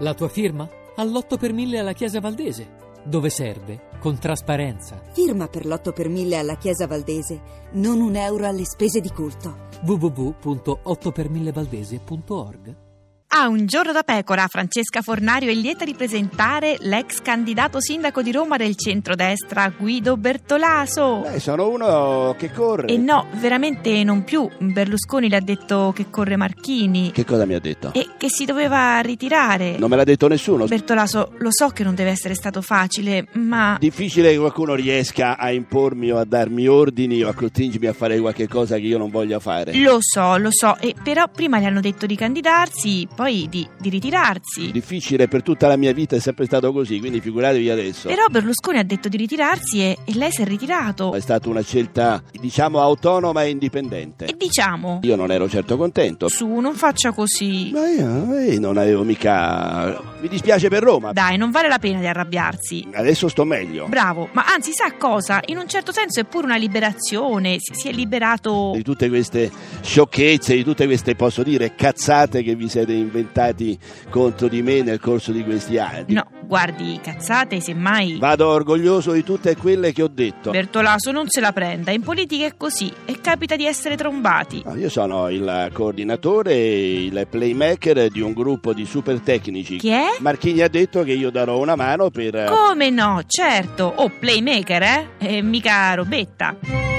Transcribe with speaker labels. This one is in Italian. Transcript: Speaker 1: La tua firma? All'8 per 1000 alla Chiesa Valdese, dove serve con trasparenza.
Speaker 2: Firma per l'8 per 1000 alla Chiesa Valdese, non un euro alle spese di culto.
Speaker 1: www.8per1000valdese.org
Speaker 3: A un giorno da pecora, Francesca Fornario è lieta di presentare l'ex candidato sindaco di Roma del centrodestra, Guido Bertolaso.
Speaker 4: Beh, sono uno che corre.
Speaker 3: E no, veramente non più. Berlusconi le ha detto che corre Marchini
Speaker 4: Che cosa mi ha detto?
Speaker 3: e che si doveva ritirare.
Speaker 4: Non me l'ha detto nessuno.
Speaker 3: Bertolaso, lo so che non deve essere stato facile, ma
Speaker 4: Difficile che qualcuno riesca a impormi o a darmi ordini o a costringermi a fare qualche cosa che io non voglia fare.
Speaker 3: lo so, lo so, e però prima le hanno detto di candidarsi, poi di, di ritirarsi.
Speaker 4: Difficile per tutta la mia vita è sempre stato così, quindi figuratevi adesso.
Speaker 3: Però Berlusconi ha detto di ritirarsi e, e lei si è ritirato.
Speaker 4: È stata una scelta, diciamo, autonoma e indipendente.
Speaker 3: E diciamo,
Speaker 4: Io non ero certo contento.
Speaker 3: su, non faccia così.
Speaker 4: Ma io, ma io non avevo mica... Mi dispiace per Roma.
Speaker 3: Dai, non vale la pena di arrabbiarsi.
Speaker 4: Adesso sto meglio.
Speaker 3: Bravo, ma anzi, sa cosa? In un certo senso è pure una liberazione. Si, si è liberato.
Speaker 4: di tutte queste sciocchezze, di tutte queste, posso dire, cazzate che vi siete inventati contro di me nel corso di questi anni.
Speaker 3: No, guardi, cazzate, semmai.
Speaker 4: Vado orgoglioso di tutte quelle che ho detto.
Speaker 3: Bertolaso non se la prenda. In politica è così e capita di essere trombati.
Speaker 4: No, Ah, Io sono il coordinatore e il playmaker di un gruppo di super tecnici.
Speaker 3: Chi è?
Speaker 4: Marchini ha detto che io darò una mano per...
Speaker 3: eh? Come no, certo. Oh, playmaker, eh? E mica robetta.